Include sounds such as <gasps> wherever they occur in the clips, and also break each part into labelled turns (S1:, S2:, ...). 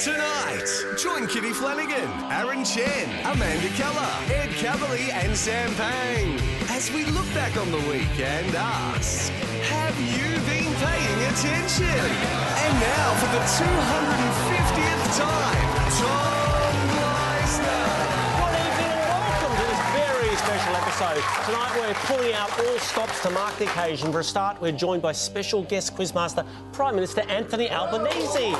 S1: Tonight, join Kitty Flanagan, Aaron Chen, Amanda Keller, Ed Cavalier, and Sam Pang as we look back on the week and ask, have you been paying attention? And now for the 250th time, Tom Leisner.
S2: Good evening and welcome to this very special episode. Tonight we're pulling out all stops to mark the occasion. For a start, we're joined by special guest quizmaster, Prime Minister Anthony Albanese.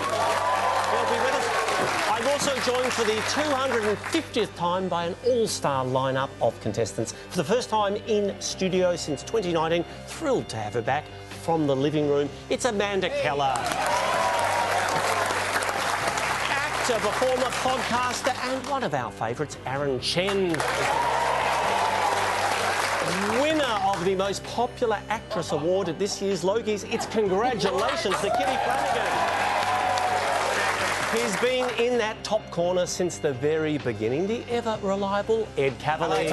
S2: Well, be with us. I'm also joined for the 250th time by an all-star lineup of contestants. For the first time in studio since 2019, thrilled to have her back from the living room. It's Amanda Keller actor, performer, podcaster, and one of our favourites, Aaron Chen. Winner of the most popular actress award at this year's Logies, it's congratulations to Kitty Flanagan. He's been in that top corner since the very beginning, the ever reliable Ed Cavalier.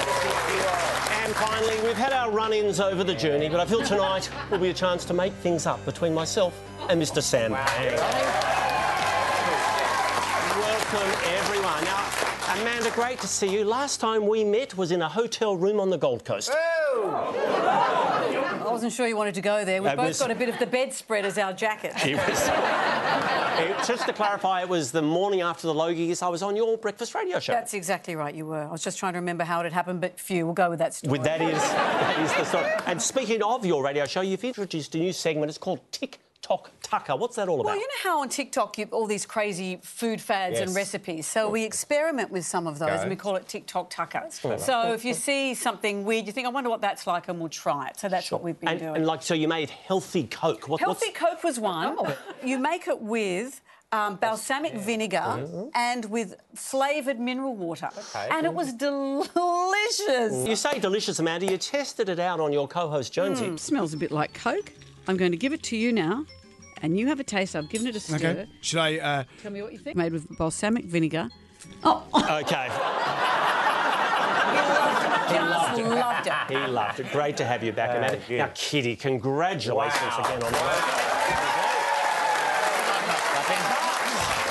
S2: And finally, we've had our run ins over the journey, but I feel tonight will be a chance to make things up between myself and Mr. Sam. Welcome, everyone. Now, Amanda, great to see you. Last time we met was in a hotel room on the Gold Coast.
S3: I wasn't sure you wanted to go there. We've
S2: That
S3: both
S2: was-
S3: got a bit of the bedspread as our jacket.
S2: It was. <laughs> It- just to clarify, it was the morning after the Logies. I was on your breakfast radio show.
S3: That's exactly right, you were. I was just trying to remember how it had happened, but phew, we'll go with that story.
S2: With that is, that is the story. And speaking of your radio show, you've introduced a new segment. It's called Tick Tock Tucker. What's that all about?
S3: Well, you know how on TikTok you all these crazy food fads and
S2: Yes.
S3: recipes. So we experiment with some of those and we call it TikTok Tucker. So if you see something weird, you think, I wonder what that's like, and we'll try it. So that's what we've been
S2: and,
S3: doing.
S2: and like, so you made healthy Coke. What,
S3: Healthy Coke was one.
S4: Oh.
S3: You make it with um, balsamic vinegar
S2: Mm-hmm.
S3: and with flavoured mineral water. And it was delicious.
S2: Mm. You say delicious, Amanda. You tested it out on your co-host Jonesy.
S4: Mm, smells a bit like Coke. I'm going to give it to you now, and you have a taste. I've given it a stir.
S5: Okay. Should I? Uh,
S4: Tell me what you think. Made with balsamic vinegar. Oh,
S2: Okay,
S3: Just loved it.
S2: he loved it. Great to have you back, Amanda. Now, Kitty, congratulations again on that.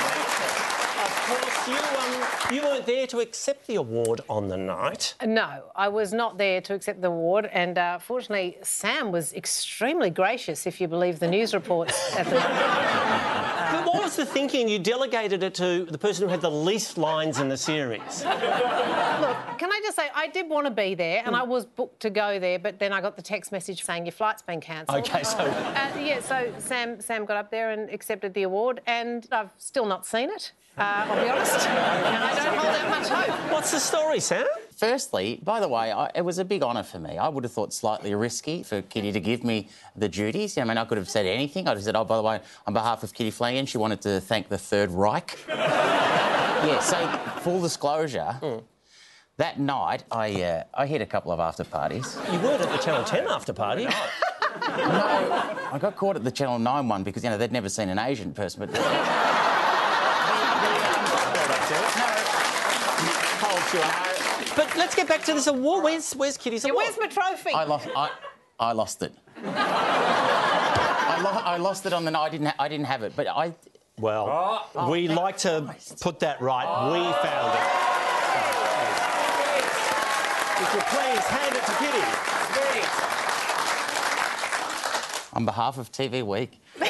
S2: Of course, you, um, you weren't there to accept the award on the night.
S6: No, I was not there to accept the award, and uh, fortunately, Sam was extremely gracious, if you believe the news reports at the
S2: But what was the thinking? You delegated it to the person who had the least lines in the series.
S6: <laughs> Look, can I just say, I did want to be there, and I was booked to go there, but then I got the
S1: <laughs>
S6: text message saying your flight's been cancelled.
S2: Okay, so
S6: Uh, yeah, so Sam Sam got up there and accepted the award, and I've still not seen it. Uh, I'll be honest, <laughs> and I don't hold that much hope.
S2: what's the story, Sam?
S7: Firstly, by the way, I, it was a big honour for me. I would have thought slightly risky for Kitty to give me the duties. I mean, I could have said anything. I'd have said, oh, by the way, on behalf of Kitty Flanagan, she wanted to thank the
S2: <laughs>
S7: Third Reich. yeah, so full disclosure.
S2: Hmm.
S7: That night, I uh, I hit a couple of after parties.
S2: You weren't at the Channel 10 after party.
S7: I got caught at the Channel 9 one because, you know, they'd never seen an Asian person,
S2: <laughs>
S7: but... <laughs>
S2: But let's get back to this award. Where's, where's Kitty's award?
S6: Where's my trophy?
S7: I lost. I, I lost it. I, lo- I lost it on the night. I didn't. Ha- I didn't have it. But I.
S2: Well, we like to put that right. We found it. If you please hand it to Kitty.
S7: On behalf of TV Week. Well, <laughs> there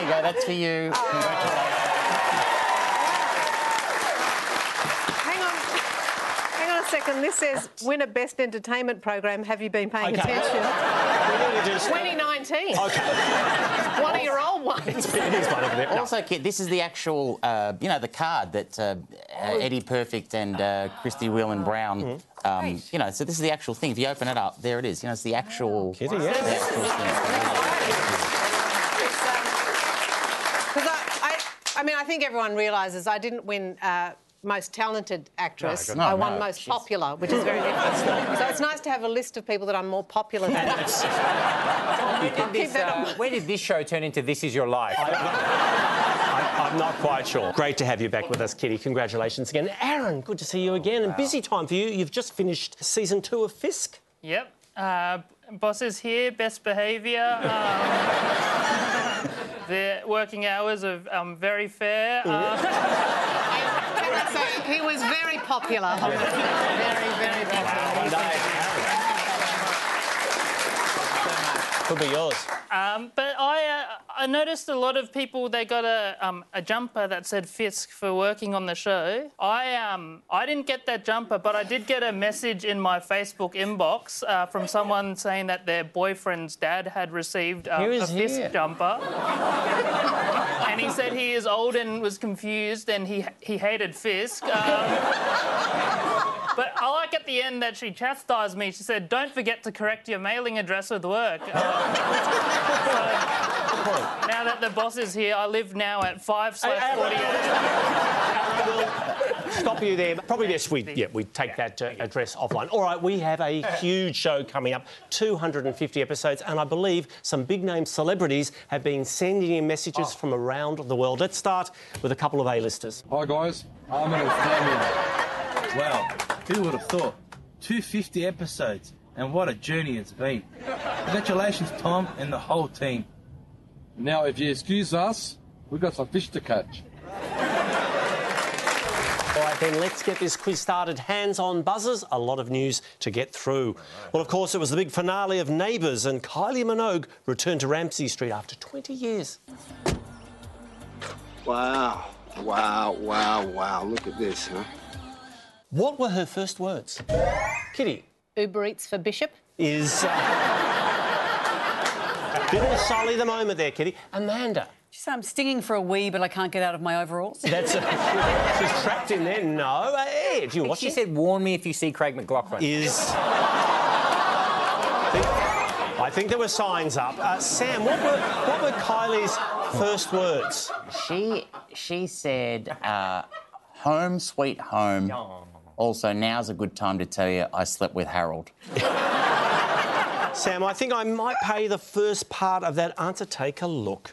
S7: you go. That's
S2: <laughs>
S7: for you. Congratulations.
S6: Hang on. Hang on a second. This says winner best entertainment program. Have you been paying
S2: Okay.
S6: attention?
S2: We need to just.
S6: 2019.
S2: Okay.
S6: One of your old ones.
S2: It is one of them.
S7: Also, Kit, this is the actual, uh, you know, the card that uh, uh, Eddie Perfect and uh, Christy Whelan Brown,
S2: Mm-hmm.
S7: um, you know, so this is the actual thing. If you open it up, there it is. You know, it's the actual.
S2: Kitty,
S7: the
S2: yes.
S7: actual thing.
S6: Because I, I, I mean, I think everyone realises I didn't win uh, most talented actress.
S7: No,
S6: I won
S7: no,
S6: most
S7: she's-
S6: popular, which is very different. so it's nice to have a list of people that I'm more popular than. I'll keep that on my-
S8: Where did this show turn into This Is Your Life?
S2: I, I'm not quite sure. Great to have you back with us, Kitty. Congratulations again. Aaron, good to see you again. And busy time for you. You've just finished season two of Fisk.
S9: Yep. Uh, bosses here, best behaviour. Um,
S5: <laughs> The working hours are um, very fair. Uh,
S6: Can I say, he was very popular. Very, very popular.
S2: One day. Could be yours.
S5: um, but I, uh, I noticed a lot of people they got a, um, a jumper that said Fisk for working on the show. I um I didn't get that jumper, but I did get a message in my Facebook inbox uh, from someone saying that their boyfriend's dad had received um,
S2: Who
S5: a
S2: is
S5: Fisk
S2: here?
S5: jumper. And he said he is old and was confused, and he he hated Fisk. Um, But I like at the end that she chastised me. She said, "Don't forget to correct your mailing address with work." Um, so, now that the boss is here, I live now at five slash forty-eight.
S2: Stop you there. Probably best we yeah we take that uh, address offline. All right, we have a huge show coming up, 250 episodes, and I believe some big name celebrities have been sending in messages from around the world. Let's start with a couple of A-listers.
S9: Hi guys, I'm an Australian. Wow, who would have thought? 250 episodes, and what a journey it's been. Congratulations, Tom and the whole team. Now, if you excuse us, we've got some fish to catch.
S2: All right, then let's get this quiz started. Hands on buzzers, a lot of news to get through. Well, of course, it was the big finale of Neighbours, and Kylie Minogue returned to Ramsey Street after 20 years.
S10: Wow, wow, wow, wow. Look at this, huh?
S2: What were her first words? Kitty
S6: Uber Eats for Bishop.
S2: is. Uh... Bit of a sully the moment there, Kitty. Amanda.
S3: <laughs> She said, I'm stinging for a wee, but I can't get out of my overalls.
S2: <laughs> That's a... she's trapped in there. No, Ed. You watch
S8: She
S2: this.
S8: said, warn me if you see Craig McLaughlin.
S2: Is. I think there were signs up. Uh, Sam, what were, what were Kylie's first words?
S7: She she said, uh, "Home, sweet home." Also, now's a good time to tell you I slept with Harold.
S2: <laughs> Sam, I think I might pay the first part of that answer. Take a look.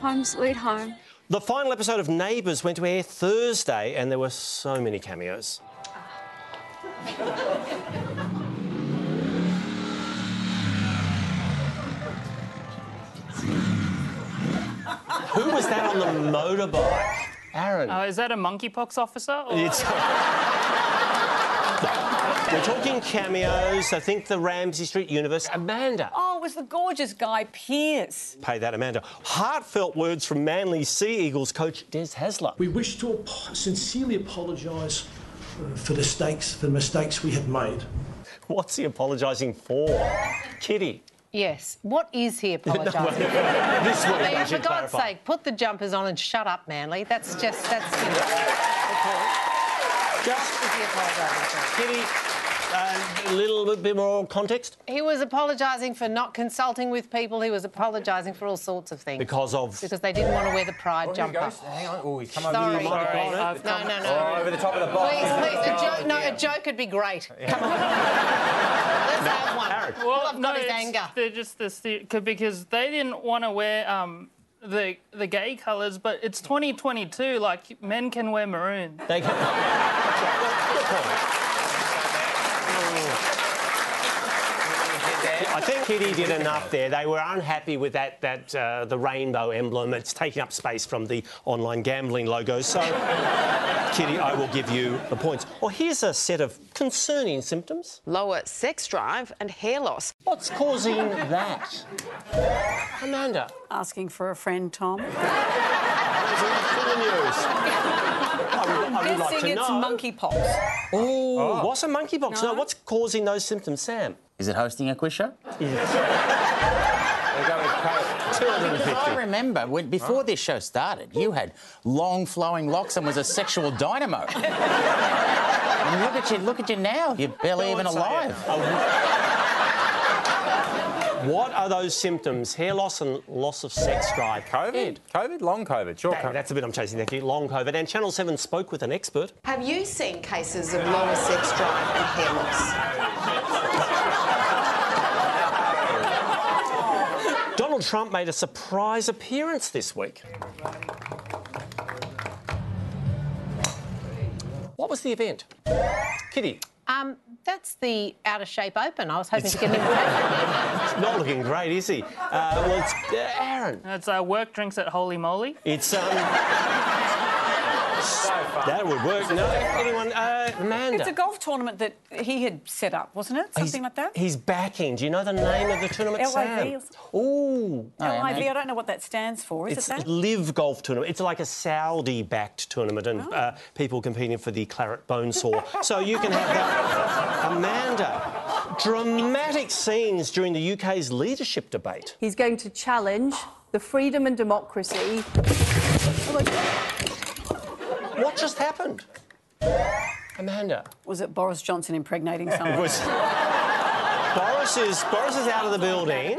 S4: Home sweet home.
S2: The final episode of Neighbours went to air Thursday, and there were so many cameos. Who was that on the motorbike? Aaron.
S5: Oh, is that a monkeypox officer? Or...
S2: It's- We're talking cameos. I think the Ramsey Street universe. Amanda.
S3: <laughs> Oh, it was the gorgeous guy Pierce.
S2: Pay that, Amanda. Heartfelt words from Manly Sea Eagles coach Des Hasler.
S11: We wish to ap- sincerely apologise uh, for the mistakes, for the mistakes we have made.
S2: What's he apologising for? Kitty.
S6: Yes. What
S2: <laughs>
S6: is he apologising?
S2: This one,
S6: I mean,
S2: I
S6: for
S2: should
S6: God's
S2: clarify.
S6: sake, put the jumpers on and shut up, Manly. That's just that's. You know,
S2: Just
S6: is he apologising for?
S2: Kitty, uh, a little bit more context
S6: He was apologising for not consulting with people. He was apologising for all sorts of things.
S2: because of.
S6: Because they didn't want to wear the pride
S8: Oh, here he
S6: jumper.
S8: goes. Hang on. Oh, he's come over.
S6: Sorry.
S8: the
S6: Sorry,
S8: top.
S6: I've No, come- no, no.
S8: Oh, over the top of the box.
S6: Please, please, a
S8: Oh,
S6: joke. No,
S8: dear.
S6: a joke would be great. Come on. Let's have one.
S5: Well,
S6: I've got his
S5: it's-
S6: anger.
S5: They're just this the- c- because they didn't want to wear um, the the gay colours, but it's 2022. Like men can wear maroon.
S2: They can... I think Kitty did enough there. They were unhappy with that, that uh, the rainbow emblem. It's taking up space from the online gambling logo. So, Kitty, I will give you the points. Well, here's a set of concerning symptoms.
S12: Lower sex drive and hair loss.
S2: What's causing that? Amanda.
S3: Asking for a
S2: <laughs>
S3: friend, Tom.
S2: I would, I would like
S3: Guessing
S2: to
S3: it's
S2: know. <laughs>
S3: monkeypox.
S2: Oh, what's a monkeypox? No.
S3: No.
S2: what's causing those symptoms, Sam?
S7: Is it hosting a quiz show?
S8: There you go with Craig.
S7: I remember when before this show started, you had long flowing locks and was a sexual dynamo. and look at you, look at you now. You're barely even
S8: Don't say
S7: alive.
S2: What are those symptoms? Hair loss and loss of sex drive. Mm.
S8: COVID? COVID? Long COVID? Sure.
S2: That-
S8: COVID.
S2: that's a bit I'm chasing there, Keith. Long COVID. And Channel 7 spoke with an expert.
S12: Have you seen cases of lower sex drive and hair loss?
S2: Donald Trump made a surprise appearance this week. What was the event? Kitty. <laughs>
S6: Um, that's the out of shape open. I was hoping to get him.
S2: No, looking great, is he? Uh, well, it's uh, Aaron.
S5: It's uh, work drinks at Holy Moly.
S2: It's um. that would work. No, anyone? Uh, Amanda.
S3: It's a golf tournament that he had set up, wasn't it? Something like that.
S2: He's backing. Do you know the name of the tournament?
S3: LIV or
S2: Sam? Ooh.
S3: LIV, I don't know what that stands for. Is
S2: it's
S3: it that?
S2: Live Golf Tournament. It's like a Saudi-backed tournament, and
S3: Oh.
S2: uh, people competing for the claret
S3: <laughs>
S2: bone saw. so you can have that. Amanda, dramatic scenes during the UK's leadership debate.
S13: He's going to challenge the freedom and democracy. Oh my God.
S2: What just happened? Amanda.
S3: Was it Boris Johnson impregnating someone?
S2: It was- Boris is Boris is out of the building.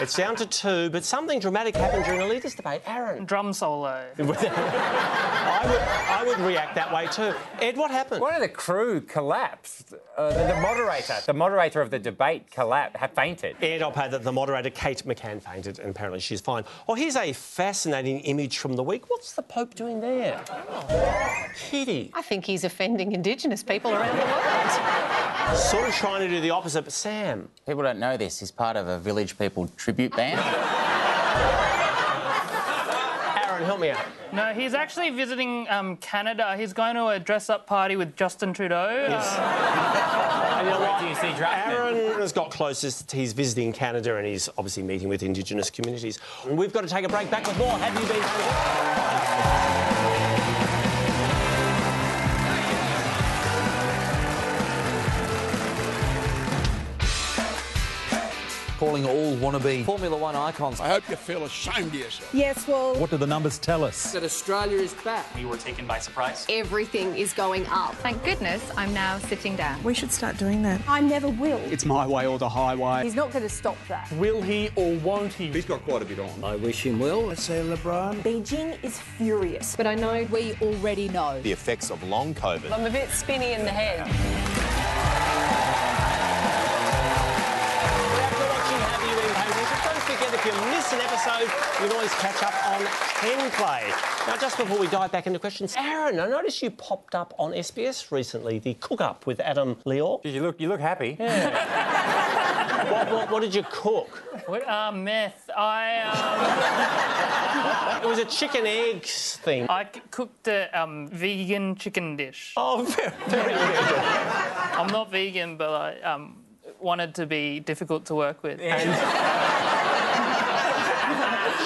S2: It's down to two, but something dramatic happened during the leaders' debate. Aaron.
S5: Drum solo.
S2: I would <laughs> I would react that way too. Ed, what happened?
S8: One of the crew collapsed. Uh, the, the moderator, the moderator of the debate, collapsed, had fainted.
S2: Ed, I'll pay that the moderator, Kate McCann, fainted, and apparently she's fine. Oh, here's a fascinating image from the week. What's the Pope doing there? Kitty.
S6: I think he's offending Indigenous people around the world.
S2: Sort of trying to do the opposite, but Sam.
S7: People don't know this. He's part of a Village People tribute band.
S2: Aaron, help me out.
S5: No, he's actually visiting um, Canada. He's going to a dress-up party with Justin Trudeau. Uh,
S2: <laughs> And you know what?
S5: Do you see drafted?
S2: Aaron has got closest. He's visiting Canada and he's obviously meeting with Indigenous communities. And we've got to take a break. Back with more. Have you been?
S14: Calling all wannabe Formula One icons. I hope you feel ashamed of yourself.
S12: Yes, well,
S14: What do the numbers tell us?
S12: that Australia is back.
S15: We were taken by surprise.
S12: Everything is going up. Thank goodness I'm now sitting down.
S16: We should start doing that.
S13: I never will.
S15: It's my way or the highway.
S13: He's not going to stop that.
S15: Will he or won't he?
S17: He's got quite a bit on. I wish him well. Let's say LeBron.
S13: Beijing is furious, but I know we already know.
S17: The effects of long COVID.
S13: a bit spinny in the head.
S2: Have you been? Hey, Richard, Don't forget, if you miss an episode, you can always catch up on 10 Play. Now, just before we dive back into questions, Aaron, I noticed you popped up on SBS recently, the cook-up with Adam Leor.
S8: You look, you look happy.
S2: what, what, what did you cook?
S5: What, uh, meth. I,
S2: It was a chicken eggs thing.
S5: um, I c- cooked a um, vegan chicken dish.
S2: Oh, very, very good.
S5: <laughs> I'm not vegan, but I um, wanted to be difficult to work with.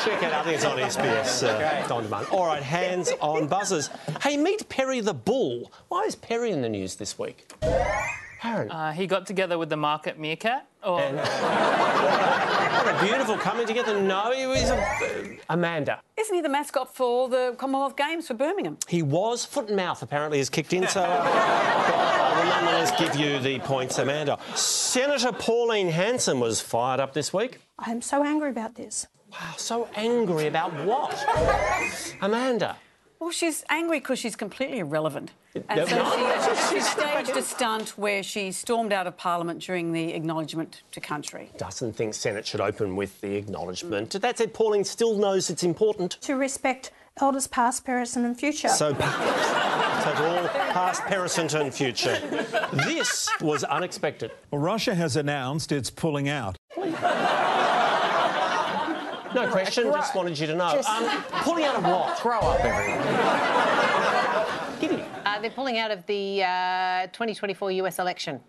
S2: Check it out. I think it's on SBS. Uh, on demand. All right, hands on buzzers. Hey, meet Perry the Bull. Why is Perry in the news this week?
S5: Uh, he got together with the market meerkat. Or...
S2: What a beautiful coming together. No, he was a... Amanda.
S3: Isn't he the mascot for the Commonwealth Games for Birmingham?
S2: He was foot and mouth. Apparently, has kicked in. So uh, I will nonetheless give you the points, Amanda. Senator Pauline Hanson was fired up this week.
S16: I am so angry about this.
S2: Wow, so angry about
S1: <laughs>
S2: what? Amanda.
S3: Well, she's angry because she's completely irrelevant.
S2: no,
S3: And so
S2: no.
S3: she, she staged a stunt where she stormed out of Parliament during the acknowledgement to country.
S2: Doesn't think Senate should open with the acknowledgement. That said, Pauline still knows it's important.
S16: To respect elders past, present, and future.
S2: <laughs> So, pa- so to all past, present, and future. This was unexpected.
S18: Well, Russia has announced it's pulling out.
S2: No question, just wanted you to know.
S6: Just-
S2: Um, pulling out of what? Grow
S16: <laughs>
S2: up, <laughs> everyone.
S6: Uh, they're pulling out of the uh, 2024 US election.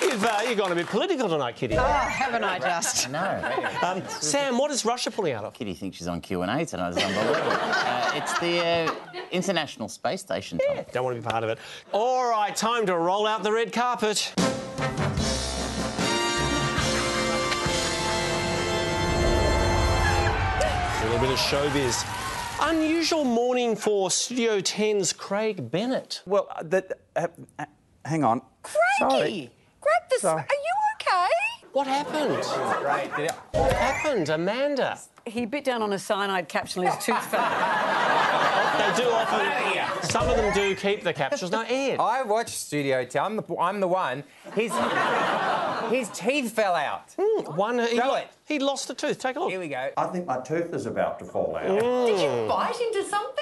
S2: You've, uh, you've gone a bit political tonight, Kitty.
S13: Oh,
S6: haven't I just?
S7: No.
S2: Um, Sam, what is Russia pulling out of?
S7: Kitty thinks she's on Q and A tonight.
S2: <laughs>
S7: It's unbelievable. uh, it's the uh, International Space Station. Tom.
S2: Don't want to be part of it. All right, time to roll out the red carpet. A little bit of showbiz. Unusual morning for Studio 10's Craig Bennett.
S19: Well, uh, that. Uh, uh, hang on. Sorry.
S2: Grab this.
S19: Sorry.
S2: Are you okay? What happened? What happened, Amanda?
S3: He bit down on a cyanide capsule in his tooth fell.
S2: <laughs> They do often. Some of them do keep the capsules. No, Ed.
S8: I watched Studio 10. I'm the, I'm the one. His, his teeth fell out.
S2: Mm, one. He,
S8: Show
S2: lo-
S8: it.
S2: he lost a tooth. Take a look.
S8: Here we go.
S20: I think my tooth is about to fall out.
S2: Mm.
S20: bite into something?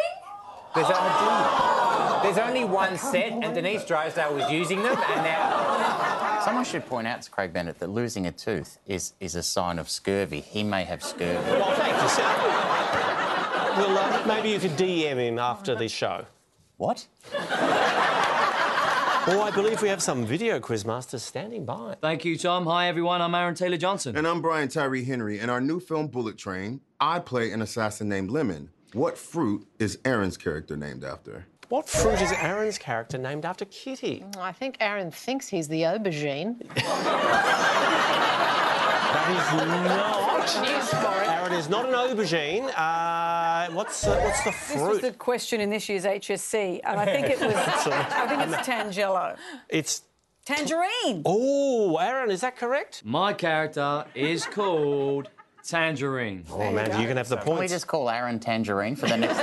S8: There's only, there's only one set, and Denise Drysdale was using them, and now.
S7: Someone should point out to Craig Bennett that losing a tooth is, is a sign of scurvy. He may have scurvy.
S2: Well, thank you, Sam. Well, uh, maybe you could DM him after the show.
S7: What?
S2: Oh, I believe we have some video quizmasters standing by.
S20: Thank you, Tom. Hi, everyone. I'm Aaron Taylor Johnson.
S21: And I'm Brian Tyree Henry. In our new film, Bullet Train, I play an assassin named Lemon. What fruit is Aaron's character named after?
S2: What fruit is Aaron's character named after Kitty?
S6: Mm, I think Aaron thinks he's the aubergine.
S2: That is not.
S6: News for
S2: <laughs>
S6: it.
S2: Aaron is not an aubergine. Uh, what's, uh, what's the
S3: This was
S2: fruit?
S3: the question in this year's HSC, and I
S2: <laughs>
S3: think it was. I think it's Tangelo.
S2: It's.
S3: Tangerine.
S2: Oh, Aaron, is that correct?
S20: My character is called Tangerine.
S2: Oh, man, you can have the
S7: Can we
S2: points.
S7: just call Aaron Tangerine for the next
S2: <laughs>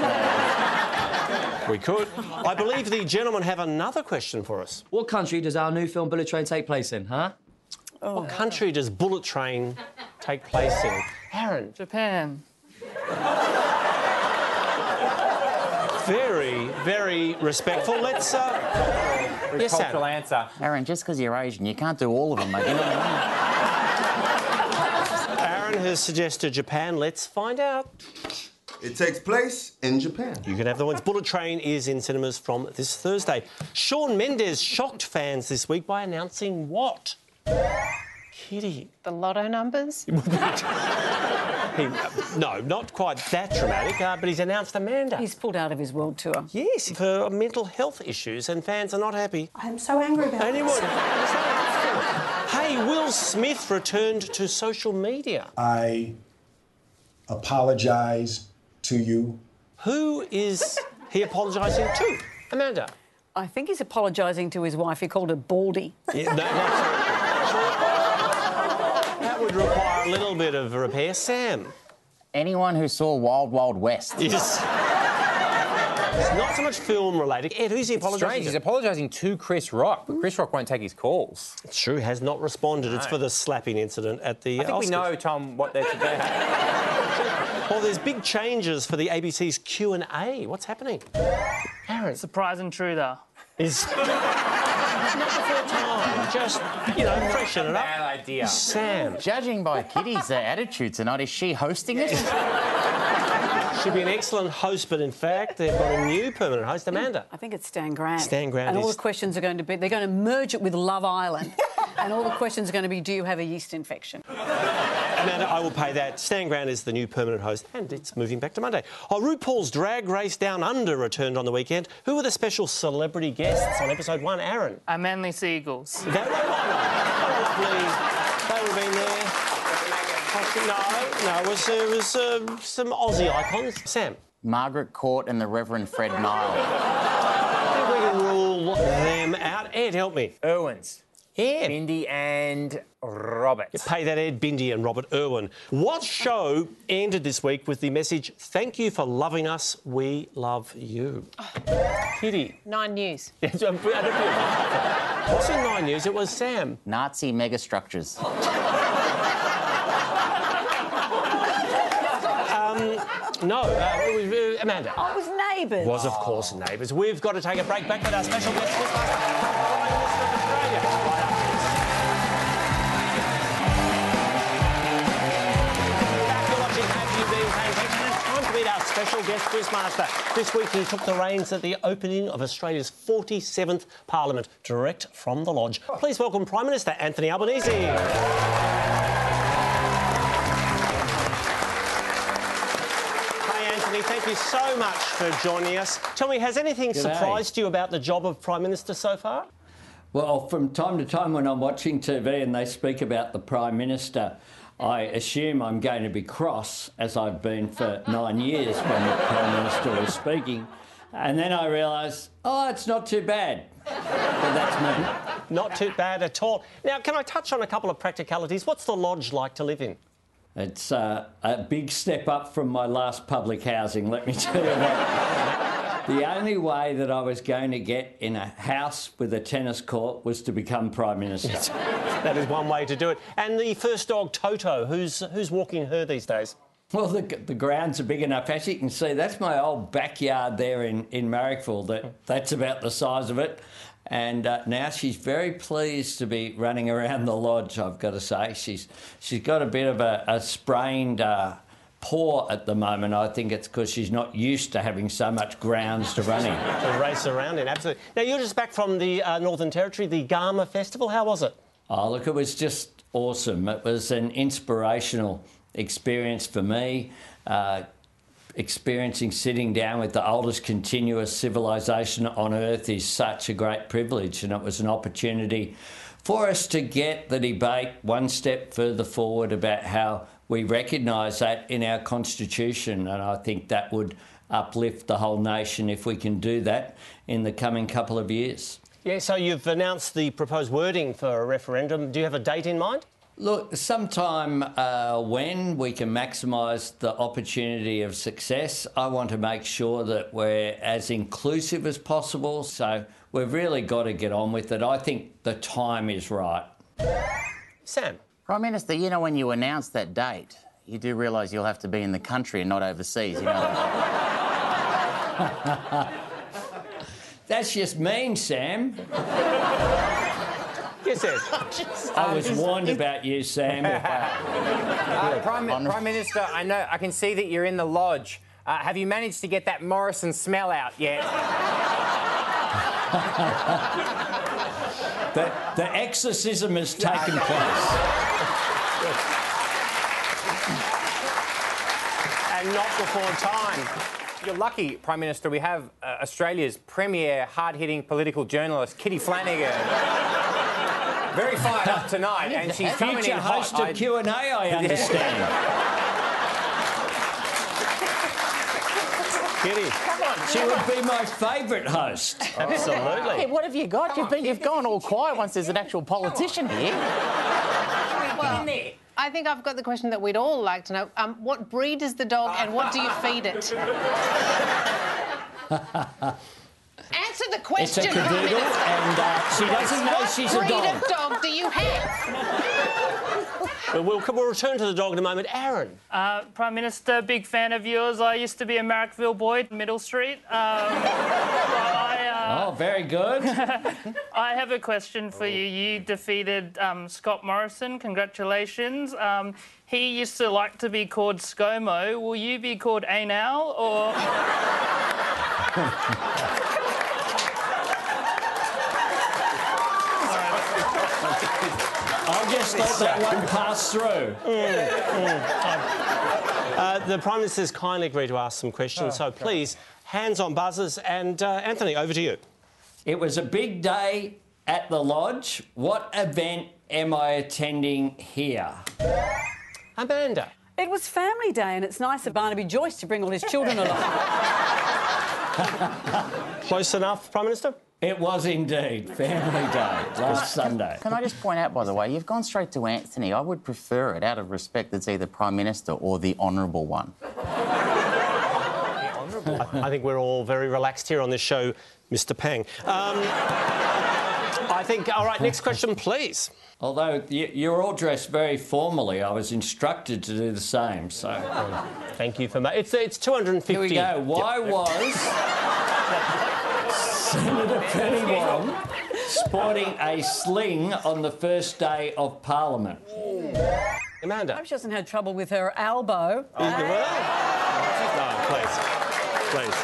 S2: We could. I believe the gentlemen have another question for us.
S20: What country does our new film Bullet Train take place in, huh?
S2: What country does Bullet Train take place in? Aaron,
S5: Japan.
S2: very, very respectful. Let's. Uh... Yes, Aaron.
S8: cultural answer.
S7: Aaron, just because you're Asian, you can't do all of them, mate. You know what I mean?
S2: Aaron has suggested Japan. Let's find out.
S21: It takes place in Japan.
S2: You can have the ones. Bullet Train is in cinemas from this Thursday. Sean Mendes shocked fans this week by announcing what? Kitty.
S6: The lotto
S2: <laughs>
S6: numbers.
S2: He- no, not quite that dramatic, uh, but he's announced Amanda.
S3: He's pulled out of his world tour.
S2: Yes, for mental health issues, and fans are not happy.
S16: I'm so angry about
S2: Anyone?
S16: this.
S2: hey, Will Smith returned to social media.
S22: I apologize to you.
S2: Who is he apologising to? Amanda.
S3: I think he's apologising to his wife. He called her Baldy.
S2: Yeah, no, that's- that would require a little bit of repair. Sam.
S7: Anyone who saw Wild Wild West.
S2: Yes. It's not so much film related. Ed, who's he
S8: Strange,
S2: apologising
S8: he's
S2: to?
S8: apologising to Chris Rock, but Chris Rock won't take his calls.
S2: It's true, has not responded. It's
S8: No.
S2: for the slapping incident at the
S8: I think we
S2: Oscars.
S8: know, Tom, what they're today.
S2: Well, there's big changes for the ABC's Q and A. What's happening? Aaron
S5: Surprise and true, though.
S2: is just you know freshen it
S8: Bad
S2: up.
S8: idea.
S2: Sam
S7: Judging by Kitty's uh, attitude tonight, is she hosting it?
S2: should be an excellent host, but in fact they've got a new permanent host, Amanda.
S3: I think it's Stan Grant.
S2: Stan Grant
S3: And all
S2: is-
S3: the questions are going to be they're going to merge it with Love
S2: <laughs>
S3: Island. and all the questions are going to be do you have a yeast infection?
S2: Um, Amanda, I will pay that. Stan Grant is the new permanent host, and it's moving back to Monday. Oh, RuPaul's Drag Race Down Under returned on the weekend. Who were the special celebrity guests on episode one? Aaron.
S5: Our manly seagulls.
S2: That way, They would have been there. Oh, No, no, it was, it was uh, some Aussie icons. Sam.
S7: Margaret Court and the Reverend Fred Nile.
S2: I think we can rule them out. Ed, help me.
S8: Irwins,
S2: Ed.
S8: Mindy, and Robert.
S2: Pay that Ed Bindi and Robert Irwin. What show ended this week with the message, Thank you for loving us, we love you?
S8: Oh.
S2: Kitty. <laughs> Um,
S6: Nine News.
S2: Yes, I'm- I don't know. It wasn't Nine News, it was Sam.
S7: Nazi megastructures.
S2: No, uh, it was, uh, Amanda.
S3: I was neighbours.
S2: was, of course, Neighbours. We've got to take a break back with our special guest, Chris Master, Prime Minister of Australia. Right after this. Back to watching Have You Been Paying Attention? And it's time to meet our Special guest quizmaster. This week he took the reins at the opening of Australia's 47th Parliament, direct from the lodge. Please welcome Prime Minister Anthony Albanese. Hey, Anthony, thank you so much for joining us. Tell me, has anything
S23: G'day.
S2: surprised you about the job of Prime Minister so far?
S23: Well, from time to time when I'm watching TV and they speak about the Prime Minister, I assume I'm going to be cross, as I've been for nine years when the Prime Minister was speaking. And then I realise, oh, it's not too bad. But that's me.
S2: Not too bad at all. Now, can I touch on a couple of practicalities? What's the lodge like to live in?
S23: It's uh, a big step up from my last public housing, let me tell you that. The only way that I was going to get in a house with a tennis court was to become Prime
S2: <laughs>
S23: Minister.
S2: That is one way to do it. And the first dog, Toto, who's who's walking her these days?
S23: Well, the, the grounds are big enough. As you can see, that's my old backyard there in, in Marrickville. That, that's about the size of it. And uh, now she's very pleased to be running around the lodge, I've got to say. She's, she's got a bit of a, a sprained uh, paw at the moment. I think it's because she's not used to having so much grounds to run in.
S2: To race around in, absolutely. Now, you're just back from the uh, Northern Territory, the Gama Festival. How was it?
S23: Oh, look, it was just awesome. It was an inspirational experience for me. Uh, experiencing sitting down with the oldest continuous civilization on earth is such a great privilege, and it was an opportunity for us to get the debate one step further forward about how we recognise that in our constitution, and I think that would uplift the whole nation if we can do that in the coming couple of years.
S2: Yeah, so you've announced the proposed wording for a referendum. Do you have a date in mind?
S23: Look, sometime uh, when we can maximise the opportunity of success, I want to make sure that we're as inclusive as possible. So we've really got to get on with it. I think the time is right.
S2: Sam.
S7: Prime Minister, you know, when you announce that date, you do realise you'll have to be in the country and not overseas, you know. that?
S23: That's just mean, Sam.
S2: Yes, yes.
S23: I was warned about you, Sam.
S8: <laughs> Uh, Prime, Prime Minister, I know I can see that you're in the lodge. Uh, have you managed to get that Morrison smell out yet?
S23: The, the exorcism has taken place.
S8: and not before time. You're lucky, Prime Minister, we have uh, Australia's premier hard hitting political journalist, Kitty Flanagan. Very fired up tonight, and she's coming
S23: Future
S8: in hot.
S23: host of
S8: I-
S23: Q&A, I
S8: Yeah.
S23: understand.
S2: Kitty.
S23: Come on, she would be my favourite host.
S7: Hey, what have you got? you've been, you've gone all quiet once there's an actual politician here.
S6: Well, I think I've got the question that we'd all like to know. Um, what breed is the dog and what do you feed it?
S2: <laughs>
S6: Answer the
S23: <laughs> It's a
S6: question, Prime
S23: cavoodle,
S6: Minister.
S23: and uh, she doesn't know
S6: What
S23: she's a
S6: breed
S23: dog.
S6: of dog do you have?
S2: Well, we'll, we'll return to the dog in a moment. Aaron.
S5: Uh, Prime Minister, big fan of yours. I used to be a Marrickville boy, Middle Street. Um, I,
S23: Oh, very good. <laughs>
S5: uh, I have a question for you. You defeated um, Scott Morrison. Congratulations. Um, he used to like to be called ScoMo. Will you be called Anal or?
S23: I'll just let that one pass through.
S2: Mm, Uh, the Prime Minister's kindly agreed to ask some questions,
S23: Oh,
S2: so please, hands on buzzers. And uh, Anthony, over to you.
S23: It was a big day at the lodge. What event am I attending here?
S2: Amanda.
S3: It was family day, and it's nice of Barnaby Joyce to bring all his children
S2: <laughs>
S3: along.
S2: Close enough, Prime Minister?
S23: It was indeed Family Day last Sunday.
S7: Can I just point out, by the way, you've gone straight to Anthony. I would prefer it, out of respect, that's either Prime Minister or the Honourable One.
S2: I, I think we're all very relaxed here on this show, Mr. Pang. Um, I think, all right, next question, please.
S23: Although y- you're all dressed very formally, I was instructed to do the same. So
S2: Thank you for that. It's, it's 250.
S23: here we go. Why
S2: Yep.
S23: was Senator Penny Wong sporting a sling on the first day of Parliament?
S2: Amanda.
S3: I hope she hasn't had trouble with her elbow.
S2: You will? No,
S8: Oh,
S2: please.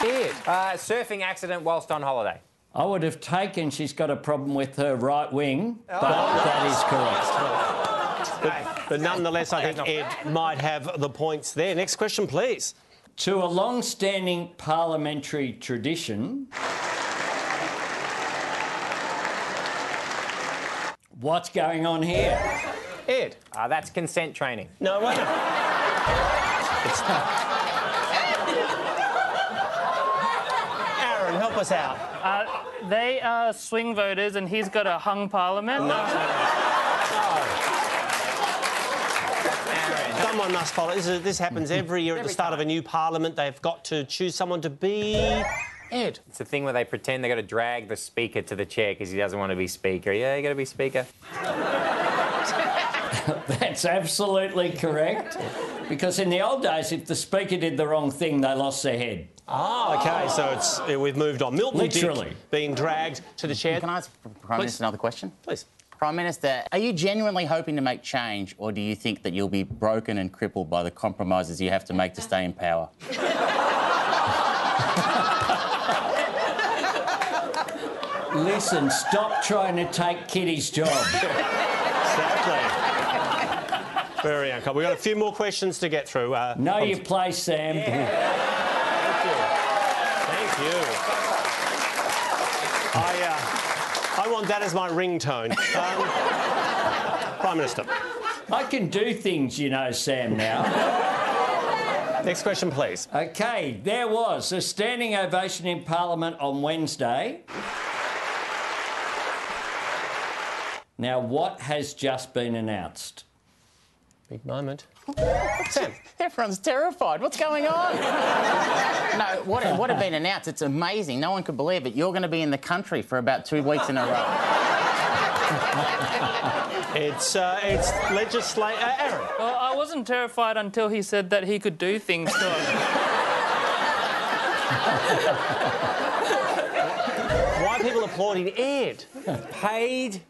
S2: Please.
S8: Beard. Uh, surfing accident whilst on holiday.
S23: I would have taken she's got a problem with her right wing, but
S2: Oh.
S23: that is correct.
S2: But, but nonetheless, I think Ed might have the points there. Next question, please.
S23: To a long standing parliamentary tradition, what's going on here?
S2: Ed.
S8: Uh, that's consent training.
S2: No, wait. It's Aaron, help us out.
S5: Uh, they are swing voters, and he's got a hung parliament.
S2: Someone must follow. This, is, this happens every year at the start of a new parliament. They've got to choose someone to be. Ed.
S8: It's the thing where they pretend they're going to drag the speaker to the chair because he doesn't want to be speaker. Yeah, you got to be speaker.
S23: That's absolutely correct. because in the old days, if the speaker did the wrong thing, they lost their head.
S2: Ah, okay, so it's uh, we've moved on. Milton Dick
S7: Literally.
S2: being dragged to the chair. Can
S7: I ask Prime Minister another question?
S2: Please.
S7: Prime Minister, are you genuinely hoping to make change, or do you think that you'll be broken and crippled by the compromises you have to make to stay in power?
S23: Listen, stop trying to take Kitty's job.
S2: Very uncomfortable. We've got a few more questions to get through. Uh,
S23: Know
S2: from-
S23: your place, Sam.
S2: Thank you. I, uh, I want that as my ringtone. Um, Prime Minister.
S23: I can do things, you know, Sam, now.
S2: Next question, please.
S23: Okay, there was a standing ovation in Parliament on Wednesday. Now, what has just been announced?
S2: Big moment.
S7: Sam. Everyone's terrified. What's going on? <laughs> no, what, what have been announced? It's amazing. No one could believe it. You're going to be in the country for about two weeks in a row.
S2: It's, uh, it's legislate. Uh, Aaron.
S5: Well, I wasn't terrified until he said that he could do things to him.
S2: Uh, Why are people applauding Ed?
S8: Paid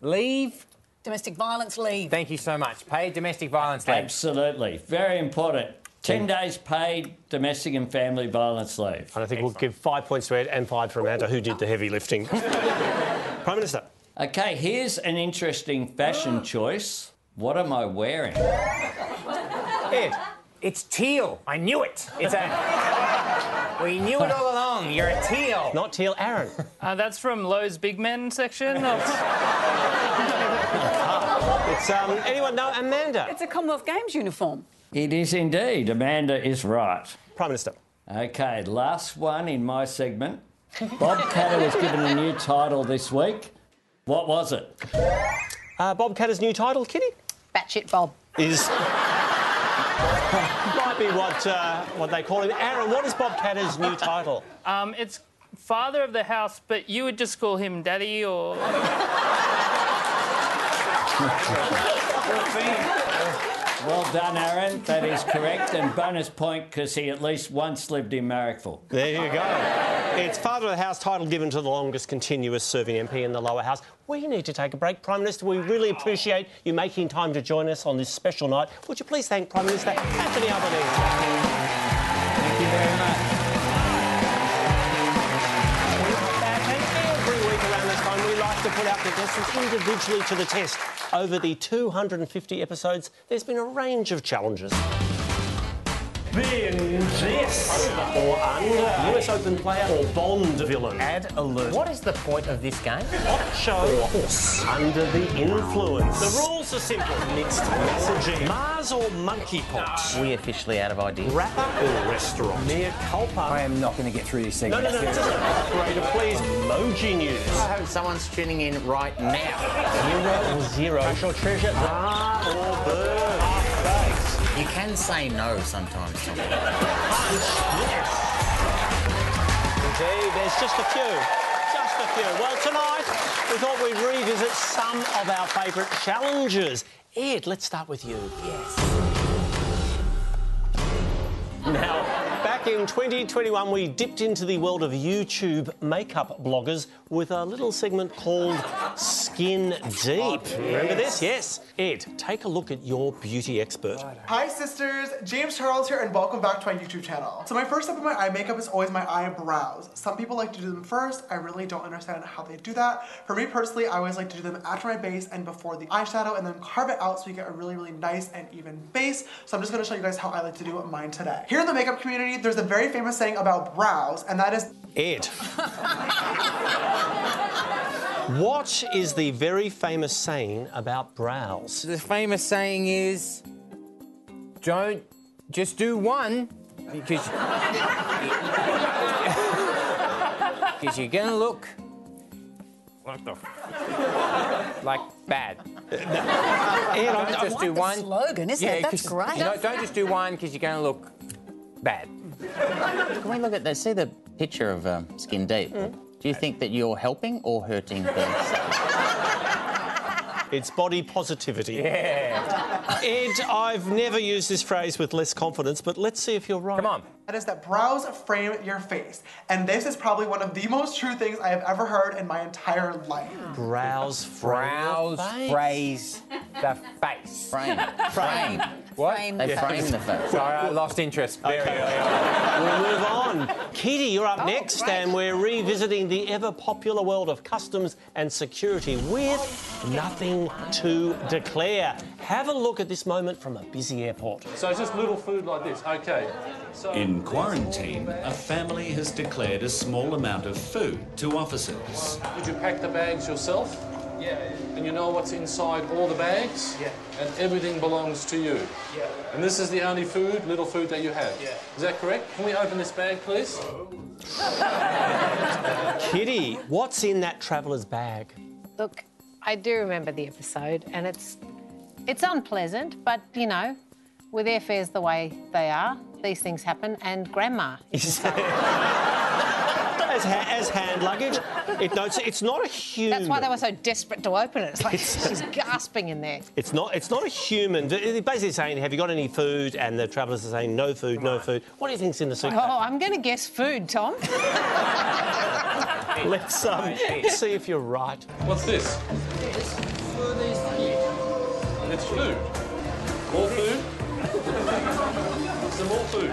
S8: leave.
S3: Domestic violence leave.
S8: Thank you so much. Paid domestic violence leave.
S23: Absolutely, very important. 10 days paid domestic and family violence leave.
S2: And I think we'll give five points to Ed and five to Amanda, who did the heavy
S23: <laughs>
S2: lifting. Prime Minister.
S23: Okay, here's an interesting
S8: <gasps>
S23: fashion choice. What am I wearing?
S8: Ed, it's teal. I knew it. It's a. we knew it all along. You're a teal.
S2: Not teal, Aaron.
S5: Uh, that's from Lowe's Big Men section. Of...
S2: It's, um, anyone know Amanda?
S3: It's a Commonwealth Games uniform.
S23: It is indeed. Amanda is right.
S2: Prime Minister.
S23: Okay, last one in my segment. Bob Catter was given a new title this week. What was it?
S2: Uh, Bob Catter's new title, Kitty?
S12: Batshit Bob.
S2: Is. Might be what, uh, what they call him. Aaron, what is Bob Catter's new title?
S5: Um, it's father of the house, but you would just call him daddy
S8: <laughs>
S5: or.
S23: Well done, Aaron. That is correct. And bonus point because he at least once lived in Marrickville.
S2: There you go. It's Father of the House title given to the longest continuous serving MP in the lower house. We need to take a break. Prime Minister, we really appreciate you making time to join us on this special night. Would you please thank Prime Minister Anthony Albanese?
S23: Thank you very much.
S2: Every week around this time, we like to put our contestants individually to the test. Over the 250 episodes, there's been a range of challenges. Being this or under US Open player or Bond villain.
S1: Ad alert. What is the point of this game?
S2: Hot show horse under the influence. The rules are simple. Mixed messaging. Mars or monkeypox.
S1: We officially out of ideas.
S2: Rapper or restaurant. Mea culpa.
S1: I am not going to get through this
S2: No,
S1: segment.
S2: no, no, no. Operator, please. Emoji news.
S7: I hope someone's tuning in right now.
S1: Zero or zero.
S2: National treasure. Bar or bird.
S7: You can say no sometimes. Tom.
S2: Indeed, there's just a few. Just a few. Well, tonight we thought we'd revisit some of our favourite challenges. Ed, let's start with you. Yes. Now, back in 2021, we dipped into the world of YouTube makeup bloggers with a little segment called Skin Deep. Remember this? Yes. Ed, take a look at your beauty expert.
S9: Hi, sisters. James Charles here, and welcome back to my YouTube channel. So my first step in my eye makeup is always my eyebrows. Some people like to do them first. I really don't understand how they do that. For me personally, I always like to do them after my base and before the eyeshadow, and then carve it out so you get a really, really nice and even base. So I'm just gonna show you guys how I like to do mine today. Here in the makeup community, there's a very famous saying about brows, and that is
S2: Ed. what is the very famous saying about brows?
S8: The famous saying is don't just do one
S3: <laughs>
S8: because because you're going to look like the f- like
S3: <laughs>
S8: bad.
S2: Ed, I-
S8: Don't
S2: I-
S8: just do one.
S3: slogan, isn't it? That's
S8: 'cause-
S3: great.
S8: No, don't just do one because you're going to look bad.
S7: Can we look at that? See the picture of um,
S2: Hmm?
S7: Skin Deep. Do you think that you're helping or hurting them?
S2: It's body positivity.
S9: Yeah.
S2: Ed, I've never used this phrase with less confidence, but let's see if you're right. Come on.
S9: That is that brows frame your face. And this is probably one of the most true things I have ever heard in my entire life.
S2: Brows,
S9: Brows,
S8: phrase the face.
S9: Frame.
S8: Frame. What?
S9: Frame
S8: They
S9: the
S8: frame
S9: face.
S8: the face. Sorry, I lost interest very early
S2: We'll
S8: on.
S2: move on. Kitty, you're up next, and we're revisiting the ever popular world of customs and security with nothing to declare. Have a look at this moment from a busy airport.
S4: So it's just little food like this. Okay. So
S10: In quarantine, a family has declared a small amount of food to officers.
S4: Did you pack the bags yourself? Yeah. And you know what's inside all the bags? Yeah. And everything belongs to you. Yeah. And this is the only food, little food that you have. Yeah. Oh. Is that correct? Can we open this bag, please?
S2: Kitty, what's in that traveller's bag?
S6: Look, I do remember the episode, and it's it's unpleasant, but you know, with airfares the way they are, these things happen. And grandma,
S2: Is that- <laughs> as, ha- as hand luggage, it, no, it's, it's not a human.
S6: that's why they were so desperate to open it. It's like
S2: It's-
S6: she's gasping in there.
S2: It's not. It's not a human. They- They're basically saying, "Have you got any food?" And the travellers are saying, "No food, no food." What do you think's in
S6: <laughs>
S2: the suitcase?
S6: Oh, I'm going to guess
S23: <laughs>
S6: food, Tom.
S2: <laughs> Let's um, see if you're right.
S4: What's this? It's food. More food. <laughs> Some more food.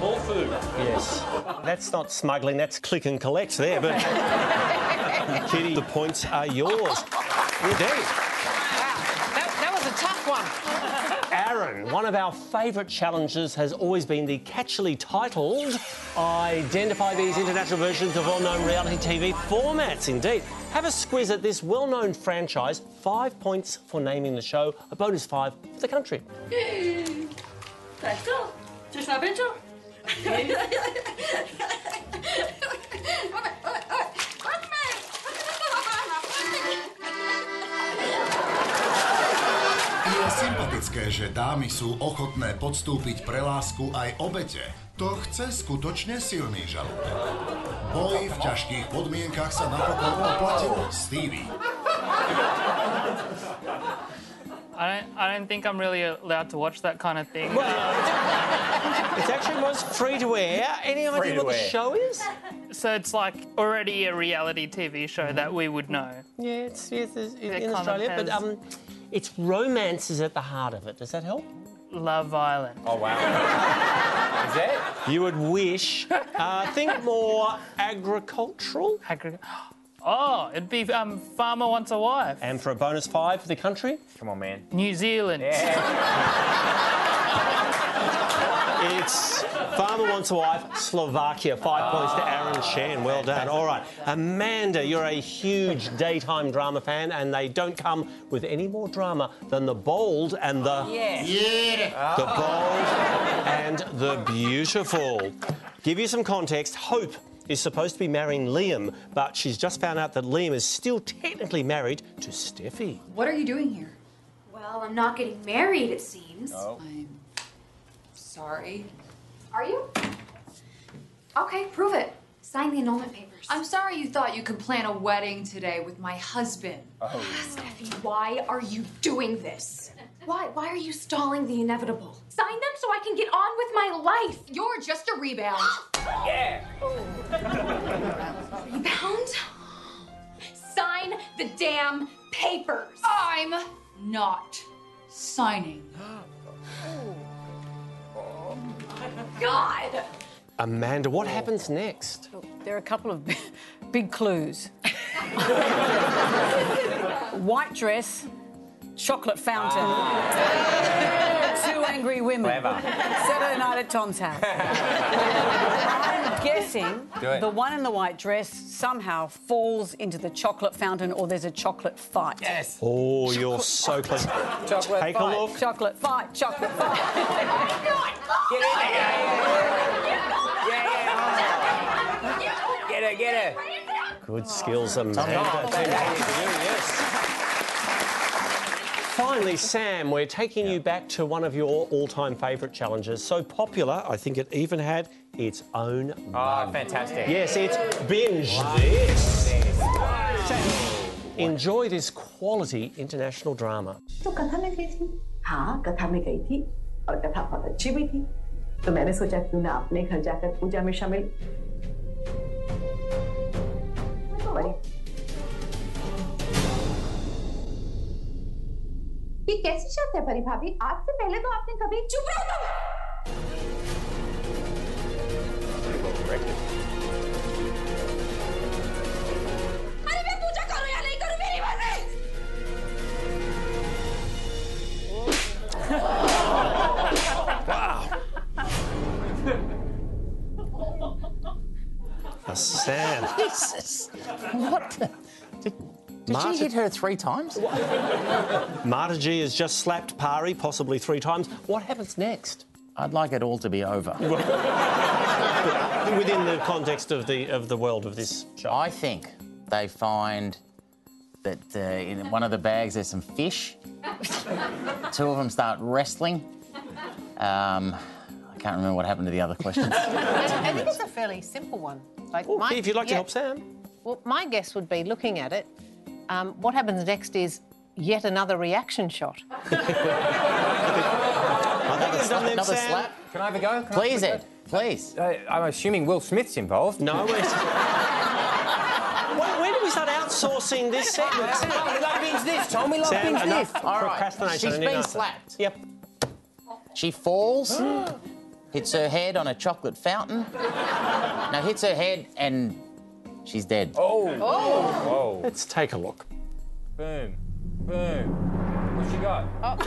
S4: More food.
S2: Mm, Yes. That's not smuggling. That's click and collect there.
S4: <laughs>
S2: But Kitty, the points are yours. Indeed.
S6: That, that was a tough one.
S2: Aaron, one of our favourite challenges has always been the catchily titled Identify These International Versions of Well Known Reality TV Formats. Indeed. Have a squiz at this well known franchise. Five points for naming the show, a bonus five for the country.
S22: That's all. Just my pencil.
S24: Je sympatické, že dámy sú ochotné podstúpiť pre lásku aj obete. To chce skutočne silný žalúdok. Boj v ťažkých podmienkach sa napokon oplatil. Stevie.
S5: I don't, I don't think I'm really allowed to watch that kind of thing.
S2: It's actually most free to air. Any
S5: Free
S2: idea
S5: to
S2: what the
S5: air.
S2: show is?
S5: so it's like already a reality TV show that we would know.
S2: Yeah, it's, it's, it's
S5: That
S2: in
S5: kind of
S2: Australia, but
S5: has-
S2: um, it's romance is at the heart of it. Does that help?
S5: Love Island.
S2: Oh wow. is that? You would wish. Uh, think more agricultural.
S5: Agri- <gasps> oh, it'd be um, Farmer Wants a Wife.
S2: And for a bonus five for the country. Come on, man.
S5: New Zealand.
S2: It's Farmer Wants a Wife, Slovakia. Five points to Aaron Shan. Well done. All right. Amanda, you're a huge daytime drama fan, and they don't come with any more drama than The Bold and The.
S22: Yeah.
S2: Yeah. The Bold and The Beautiful. Give you some context Hope is supposed to be marrying Liam, but she's just found out that Liam is still technically married to Steffi.
S25: What are you doing here? Well, I'm not getting married, it seems. I'm sorry. Are you? Okay, prove it. Sign the annulment papers. I'm sorry you thought you could plan a wedding today with my husband. Steffi, why are you doing this? Why? Why are you stalling the inevitable? Sign them so I can get on with my life. You're just a <gasps> rebound. yeah. rebound? Sign the damn papers. I'm not signing. God.
S2: Amanda, what happens next?
S3: There are a couple of <laughs> big clues. White dress, chocolate fountain. Two angry women.
S2: Ah. Clever.
S3: Saturday night at Tom's house. I'm guessing
S2: Do it.
S3: the one in the white dress somehow falls into the chocolate fountain or there's a chocolate fight. Yes.
S2: Oh, you're so close. Take a look.
S3: Chocolate fight, chocolate fight.
S8: Get her, get her.
S2: Good skills, Amanda. Finally, Sam, we're taking you back to one of your all-time favourite challenges. So popular, I think it even had its own.
S8: Ah, fantastic.
S2: Yes, it's binge this. Enjoy this quality international drama.
S11: तो कथा में गई थी हाँ कथा में गई थी और कथा बहुत अच्छी भी थी तो मैंने सोचा क्यों ना अपने घर जाकर पूजा में शामिल बड़ी
S14: ये कैसी शर्त है परी भाभी आज से पहले तो आपने कभी चुप रहो तुम अरे मैं पूजा करूं या नहीं करूं मेरी मर्जी
S2: A
S7: <laughs>
S2: Sam.
S7: Jesus. What the? Did,
S2: Martin-
S7: she hit her three times?
S2: Marta G has just slapped Pari possibly three times. What happens next?
S7: I'd like it all to be over.
S2: <laughs> Within the context of the of the world of this show.
S7: I think they find that uh, in one of the bags there's some fish. Two of them start wrestling. Um, I can't remember what happened to the other questions.
S6: <laughs> I I think it's a fairly simple one. Like
S7: Well, Keith, you'd like to help
S2: Sam?
S6: Well, my guess would be looking at it, um, what happens next is yet another reaction shot.
S7: Another slap.
S8: Can I have a go? Can I
S7: Please,
S8: have a
S7: Ed. Please.
S8: go? Uh, I'm assuming Will Smith's involved.
S2: No, Why- When do we start outsourcing this
S7: <laughs>
S2: segment? Sam,
S7: binge this, Tommy. Love
S2: Sam,
S7: binge
S2: enough
S7: this. All right.
S2: procrastination. I
S7: She's
S2: need an
S7: been
S2: answer.
S7: slapped.
S2: Yep.
S7: She falls, hits her head on a chocolate fountain. now hits her head and she's dead.
S8: Oh.
S7: Whoa.
S2: Let's take a look.
S8: Boom. Boom. What's she got?
S7: Oh.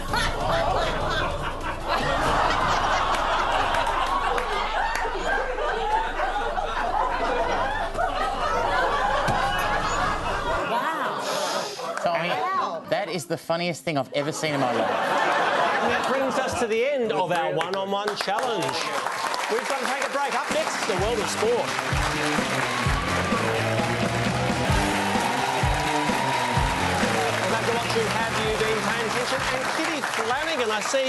S7: Tommy, that is the funniest thing I've ever seen in my life.
S2: And that brings us to the end of our one on one challenge. We've got to take a break. Up next, the world of sport. Well, Magda Watchung, have you been paying attention? And Kitty Flanagan, I see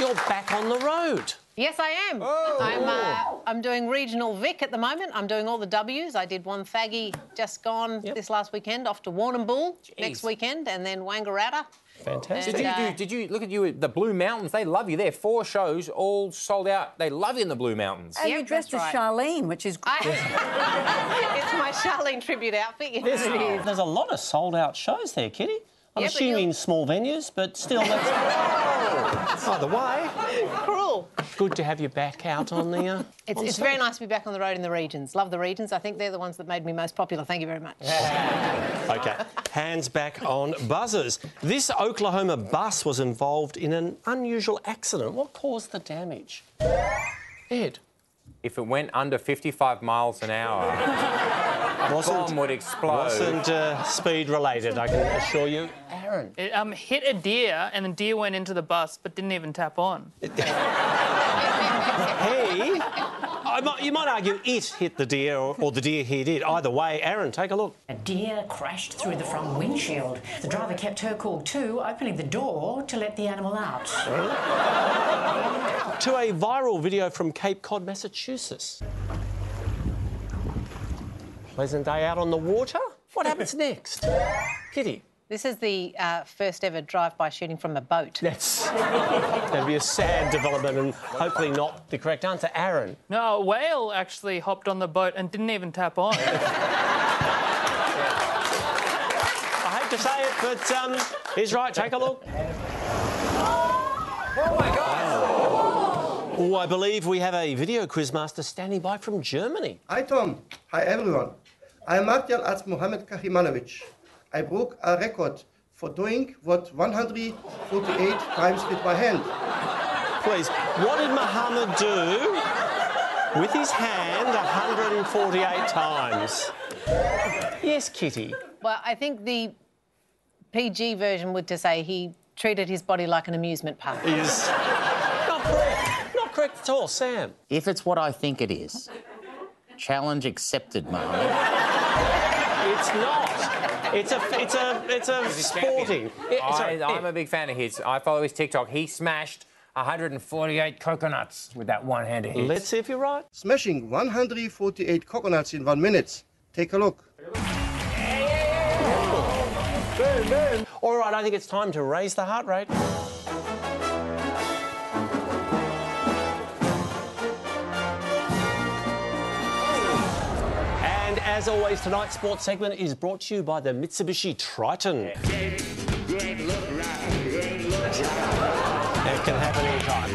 S2: you're back on the road.
S6: Yes, I am.
S7: Oh.
S6: I'm, uh, I'm doing regional Vic at the moment. I'm doing all the W's. I did one faggy just gone this last weekend, off to Warrnambool next weekend, and then Wangaratta.
S2: Fantastic.
S8: Did you,
S6: And,
S8: do,
S6: uh,
S8: did you look at you at the Blue Mountains? They love you there. Four shows, all sold out. They love you in the Blue Mountains.
S3: And you dressed as Charlene, which is great.
S6: <laughs> it's my Charlene tribute outfit. you know.
S2: There's,
S6: <laughs>
S2: there's a lot of sold out shows there, Kitty. I'm
S6: Yeah, but you'll-
S2: assuming small venues, but still, that's either way.
S6: Cruel.
S2: Good to have you back out on the. Uh,
S6: <laughs> It's,
S2: on
S6: it's
S2: stage.
S6: very nice to be back on the road in the regions. Love the regions. I think they're the ones that made me most popular. Thank you very much.
S2: Okay, hands back on buzzers. This Oklahoma bus was involved in an unusual accident. What caused the damage? Ed.
S8: If it went under 55 miles
S2: <laughs>
S8: an hour, a bomb would explode.
S2: Wasn't uh, speed related, I can assure <laughs> you. Aaron.
S5: It um, hit a deer, and the deer went into the bus, but didn't even tap on.
S2: He. I might, you might argue it hit the deer or, or the deer hit it. Either way, Aaron, take a look.
S15: A deer crashed through the front windshield. The driver kept her cool too, opening the door to let the animal out.
S2: To a viral video from Cape Cod, Massachusetts. Pleasant day out on the water. What happens next? Kitty.
S6: This is the uh, first ever drive-by shooting from a boat.
S2: Yes. That'd be a sad development and hopefully not the correct answer. Aaron.
S5: No, a whale actually hopped on the boat and didn't even
S2: <laughs>
S5: tap on.
S2: I hate to say it, but um, he's right. Take a look. Oh, I believe we have a video quizmaster standing by from Germany.
S17: Hi Tom, hi everyone. I am Martial Arts Mohamed Kahimanovic. I broke a record for doing what 148 times with my hand.
S2: Please, what did Muhammad do with his hand 148 times? Yes, Kitty.
S6: <laughs> Well, I think the PG version would to say he treated his body like an amusement park.
S2: Is not correct. Not correct at all, Sam.
S7: If it's what I think it is, challenge accepted, Mark.
S2: It's not. It's a. It's a. It's a sporting. Yeah, sorry,
S8: I, am a big fan of his. I follow his TikTok. He smashed 148 coconuts with that one hand of his.
S2: Let's see if you're right.
S17: Smashing
S2: Oh.
S17: 148 coconuts in one minute. Take a look.
S2: Boom, boom. All right, I think it's time to raise the heart rate. And as always, tonight's sports segment is brought to you by the Mitsubishi Triton. It can happen anytime.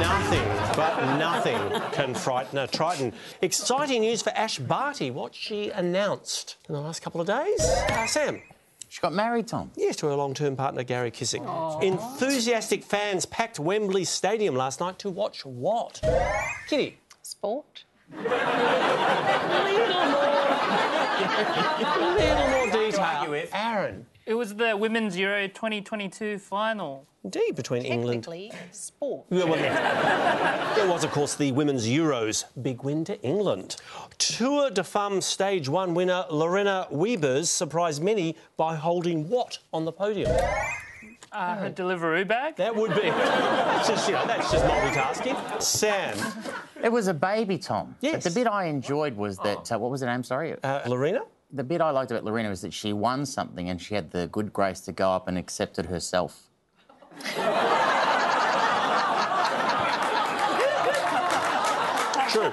S2: Nothing, but nothing can frighten a Triton. Exciting news for Ash Barty, what she announced in the last couple of days. Uh, Sam.
S7: She got married, Tom.
S2: Yes, to her long term partner, Gary Kissick. Enthusiastic fans packed Wembley Stadium last night to watch what? Kitty.
S6: Sport.
S2: A little more detail. Aaron.
S5: It was the Women's Euro 2022 final.
S2: Indeed, between England.
S6: sport.
S2: Yeah, well, There was, of course, the Women's Euros. Big win to England. Tour de Femme Stage 1 winner Lorena Wiebers surprised many by holding what on the podium?
S5: Uh, her Deliveroo bag?
S2: That would be. That's just, you know, that's just multitasking. Sam.
S7: It was a baby, Tom. Yes. But the bit I enjoyed was that, uh, what was her name, sorry?
S2: Oh. Uh, Lorena?
S7: The bit I liked about Lorena was that she won something and she had the good grace to go up and accept it herself.
S2: True.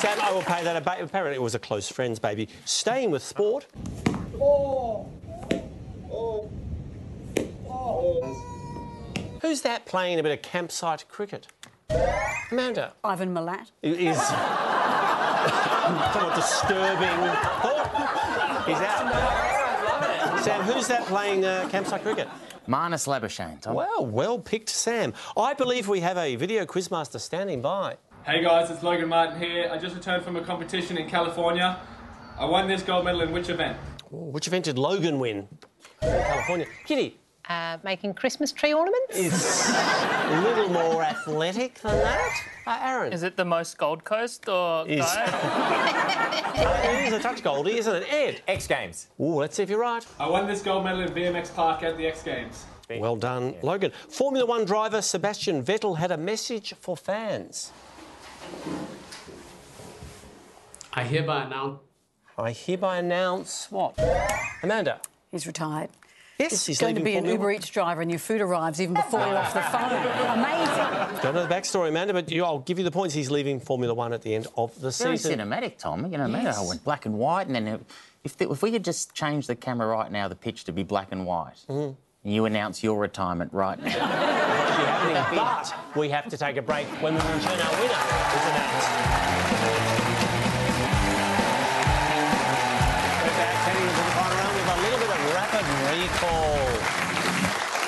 S2: Sam, I will pay that. a ba- Apparently, it was a close friend's baby. Staying with sport. Who's that playing a bit of campsite cricket? Amanda.
S3: Ivan Milat.
S2: It is somewhat disturbing. Oh, he's out. Sam, who's that playing uh, campsite cricket?
S7: Marnus Labuschagne, Tom.
S2: Well, well picked, Sam. I believe we have a video quizmaster standing by.
S13: Hey guys, it's Logan Martin here. I just returned from a competition in California. I won this gold medal in which event?
S2: Ooh, which event did Logan win? In California. Kitty,
S6: Uh, making Christmas tree ornaments.
S2: It's a little more athletic than that. Uh, Aaron.
S5: Is it the most Gold Coast or
S2: Is- it
S5: guy?
S2: is a touch goldie, isn't it? Ed.
S8: X Games.
S2: Ooh, let's see if you're right.
S13: I won this gold medal in BMX Park at the X Games.
S2: Well done, Logan. Formula One driver Sebastian Vettel had a message for fans.
S18: I hereby announce.
S2: I hereby announce what? Amanda.
S3: He's retired.
S2: Yes,
S3: he's,
S2: he's
S3: going to
S2: leaving
S3: be an
S2: Formula
S3: Uber Eats driver, and your food arrives even before you're off the phone. Amazing.
S2: Don't know the backstory, Amanda, but you, I'll give you the points. He's leaving Formula One at the end of the
S7: Very
S2: season.
S7: cinematic, Tom. You know, man,
S2: Yes.
S7: I went black and white, and then it- if, the, if we could just change the camera right now, the pitch to be black and white,
S2: Mm-hmm.
S7: and you announce your retirement right now.
S2: but we have to take a break when we return our winner is announced. We're back heading into the final round with a little bit of rapid recall.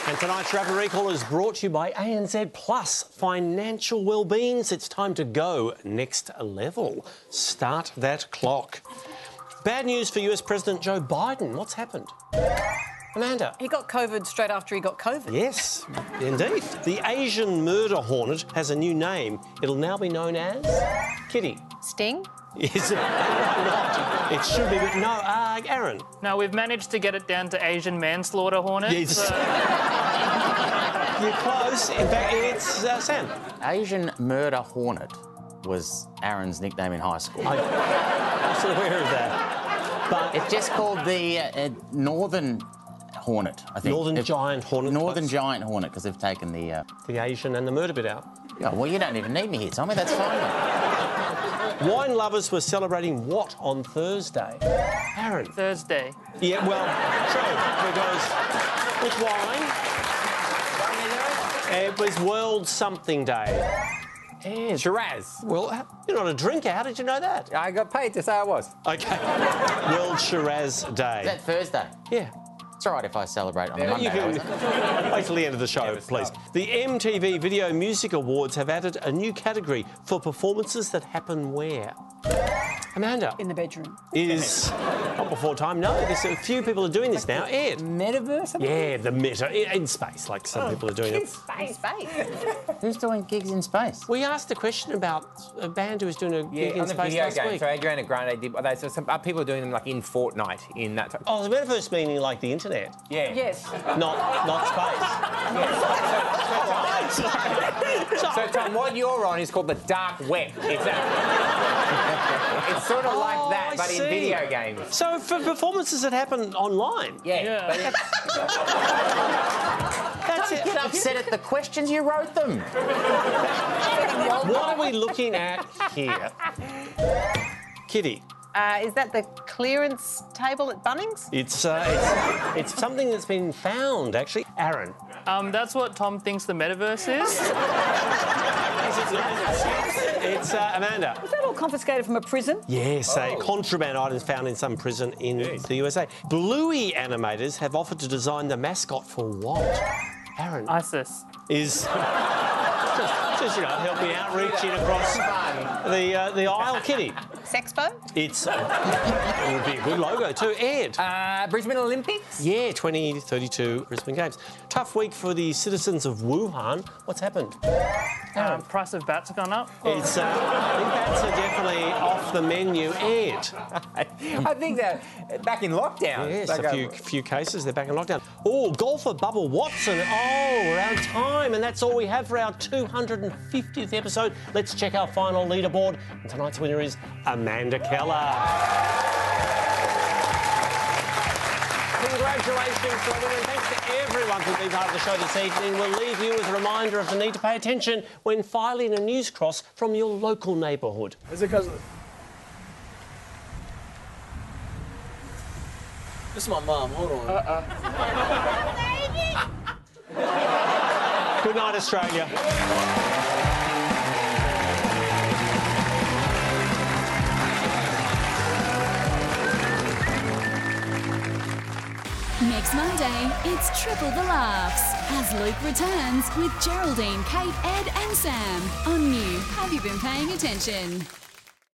S2: And tonight's Rapid Recall is brought to you by ANZ Plus Financial Wellbeings. It's time to go next level. Start that clock. Bad news for US President Joe Biden. What's happened? Amanda.
S3: He got COVID straight after he got COVID.
S2: Yes, indeed. The Asian murder hornet has a new name. It'll now be known as Kitty.
S6: Sting.
S2: Is it <laughs> not? It should be, but no. Uh, Aaron.
S5: No, we've managed to get it down to Asian manslaughter uh, hornet.
S2: Yes. You're close. In fact, it's uh, Sam.
S7: Asian Murder Hornet was Aaron's nickname in high school.
S2: I was aware of that. But
S7: it's just called the uh, uh, Northern Hornet, I think.
S2: Northern Giant Hornet.
S7: Northern Giant Hornet, because they've taken the. Uh...
S2: The Asian and the murder bit out.
S7: Yeah, well, you don't even need me here, Tommy. That's fine.
S2: Wine lovers were celebrating what on Thursday? Aaron.
S5: Thursday.
S2: Yeah, well, true. Because with wine, it was World Something Day. Yeah.
S8: Shiraz.
S2: Well, h- you're not a drinker. How did you know that?
S8: uh, I got paid to say I was.
S2: Okay. World Shiraz Day.
S7: Is that Thursday?
S2: Yeah.
S7: It's all right if I celebrate on
S2: Yeah,
S7: Monday.
S2: you
S7: though, isn't it?
S2: can... <laughs> Wait till the end of the show, please. The MTV Video Music Awards have added a new category for performances that happen where? Amanda.
S3: In the bedroom.
S2: Is not before time. No, there's a few people are doing this now. Ed.
S7: Metaverse? Oh,
S2: Yeah, the meta i- in space, like some people are doing it.
S6: Space. Space.
S7: <laughs> Who's doing gigs in space?
S2: We asked a question about a band who was doing a gig
S8: Yeah,
S2: in
S8: on the
S2: space
S8: video
S2: last
S8: game.
S2: week.
S8: So Adriana Grande did. They, so some uh, people are doing them like in Fortnite in that. Time.
S2: Oh, the metaverse meaning like the internet,
S8: Yeah.
S3: Yes.
S2: not not
S8: <laughs>
S2: space.
S8: So Tom, what you're on is called the dark web. Exactly. uh, <laughs> It's sort of like
S2: Oh,
S8: that, but in video games.
S2: So for performances that happen online.
S7: Yeah.
S2: That's
S7: Don't
S2: it.
S7: get upset at the questions you wrote them.
S2: What are we looking at here? Kitty.
S6: Uh, is that the clearance table at Bunnings?
S2: It's, uh, it's it's something that's been found actually. Aaron.
S5: Um, that's what Tom thinks the metaverse is.
S2: It's uh, Amanda.
S3: Was that all confiscated from a prison?
S2: Yes, a contraband items found in some prison in the USA. Bluey animators have offered to design the mascot for what? Aaron.
S5: ISIS.
S2: Is. <laughs> just, just, you know, help me out, reaching across the, uh, the
S7: <laughs>
S2: aisle, Kitty.
S6: Sexpo?
S2: It's. it would be a good logo, too. Ed.
S7: Uh, Brisbane Olympics?
S2: Yeah, 2032 Brisbane Games. Tough week for the citizens of Wuhan. What's happened?
S5: Um, price of bats gone up.
S2: It's. Uh, I think bats are definitely off the menu, Ed.
S8: <laughs> I think they're back in lockdown.
S2: Yes,
S8: Like
S2: a few, few cases. They're back in lockdown. Oh, golfer Bubble Watson. Oh, we're out of time, and that's all we have for our 250th episode. Let's check our final leaderboard. And tonight's winner is Amanda Keller. Congratulations to everyone. Thanks to everyone for being part of the show this evening. We'll leave you with a reminder of the need to pay attention when filing a news cross from your local neighbourhood.
S16: Is it because This is my mom. Hold on.
S19: Uh-uh.
S2: Good night, Australia.
S19: Next Monday, it's Triple the Laughs as Luke returns with Geraldine, Kate, Ed, and Sam on new Have You Been Paying Attention?